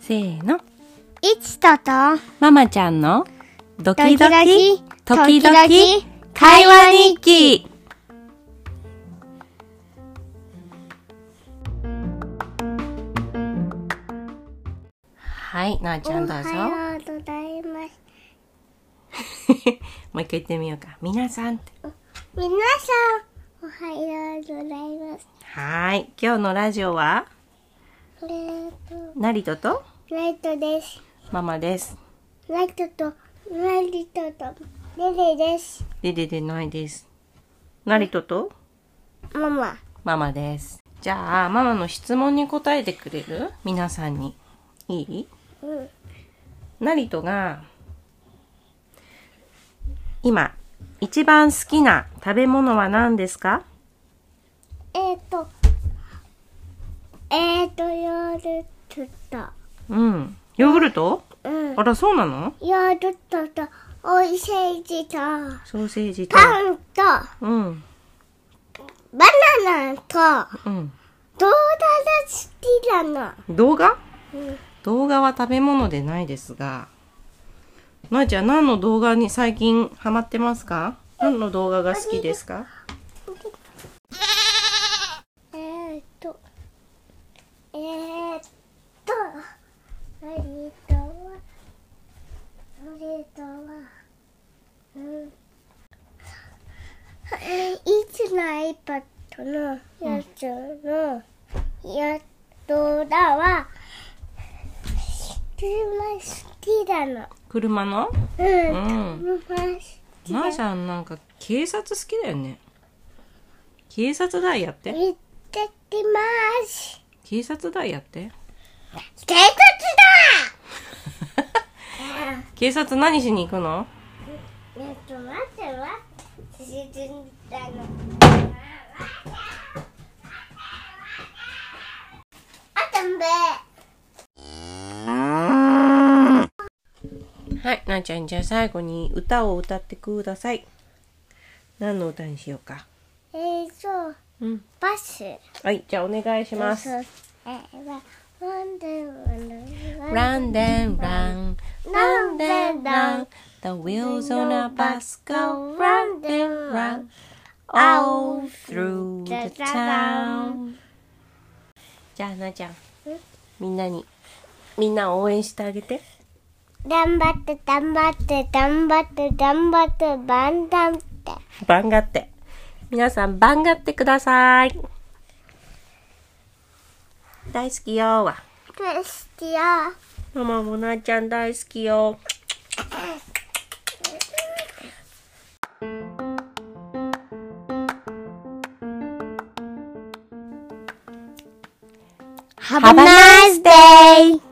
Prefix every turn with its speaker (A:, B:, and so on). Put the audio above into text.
A: せーの。
B: いちとと、
A: ママちゃんのドキド
B: ド
A: キ、時
B: キドキ
A: 々、会話日記。はい、なあちゃんどうぞ。
B: おはようございます。
A: もう一回言ってみようか。皆さんって。
B: みなさん、おはようございます。
A: はーい。今日のラジオは、
B: えーと、
A: ナリトと
B: ライトです。
A: ママです。
B: ライトと、ライトと、レレです。
A: でででないです。ナリトと
B: ママ、
A: ママです。じゃあ、ママの質問に答えてくれる皆さんに。いい
B: うん、
A: ナリトが、今、一番好きな食べ物は何ですか
B: えーと、えーと、ヨーグルト
A: うん。ヨーグルト
B: と、うん、
A: あら、そうなの
B: ヨーグルトと、おいしいジと、
A: ソーセージと。
B: パンと、
A: うん。
B: バナナと、
A: うん。
B: どうだら好きなの。
A: 動画
B: うん
A: 動画は食べ物でないですが、なえちゃん何の動画に最近ハマってますか何の動画が好きですか
B: えーっと、えー、っと、ノリとは、ノリとは、うん。えーいつの iPad のやつの、やっとだは、車好きなの。
A: 車の
B: うん。車好き
A: な
B: な
A: あちゃんなんか警察好きだよね。警察だやって。
B: 行ってきます。
A: 警察だやって。
B: 警察だ
A: 警察何しに行くの
B: えっと待って待って沈んだのあたんべ
A: はい、なあちゃんじゃあ最後に歌を歌ってください。何の歌にしようか。
B: えー、そう
A: うん。
B: バス
A: はい、じゃあお願いします。
B: そうえー、わワンダーワンダーワンダー
A: Round and round, round and round. The wheels on a bus go round and round, all through the town. じゃあ、なあちゃん、みんなに、みんなを応援してあげて。
B: 頑張って頑張って頑張って頑張ってバンダンって
A: 番がって。皆さん、番がってください。大好きよは。
B: プレスティア
A: ママもなあちゃん大好きよ。
B: Have a nice day!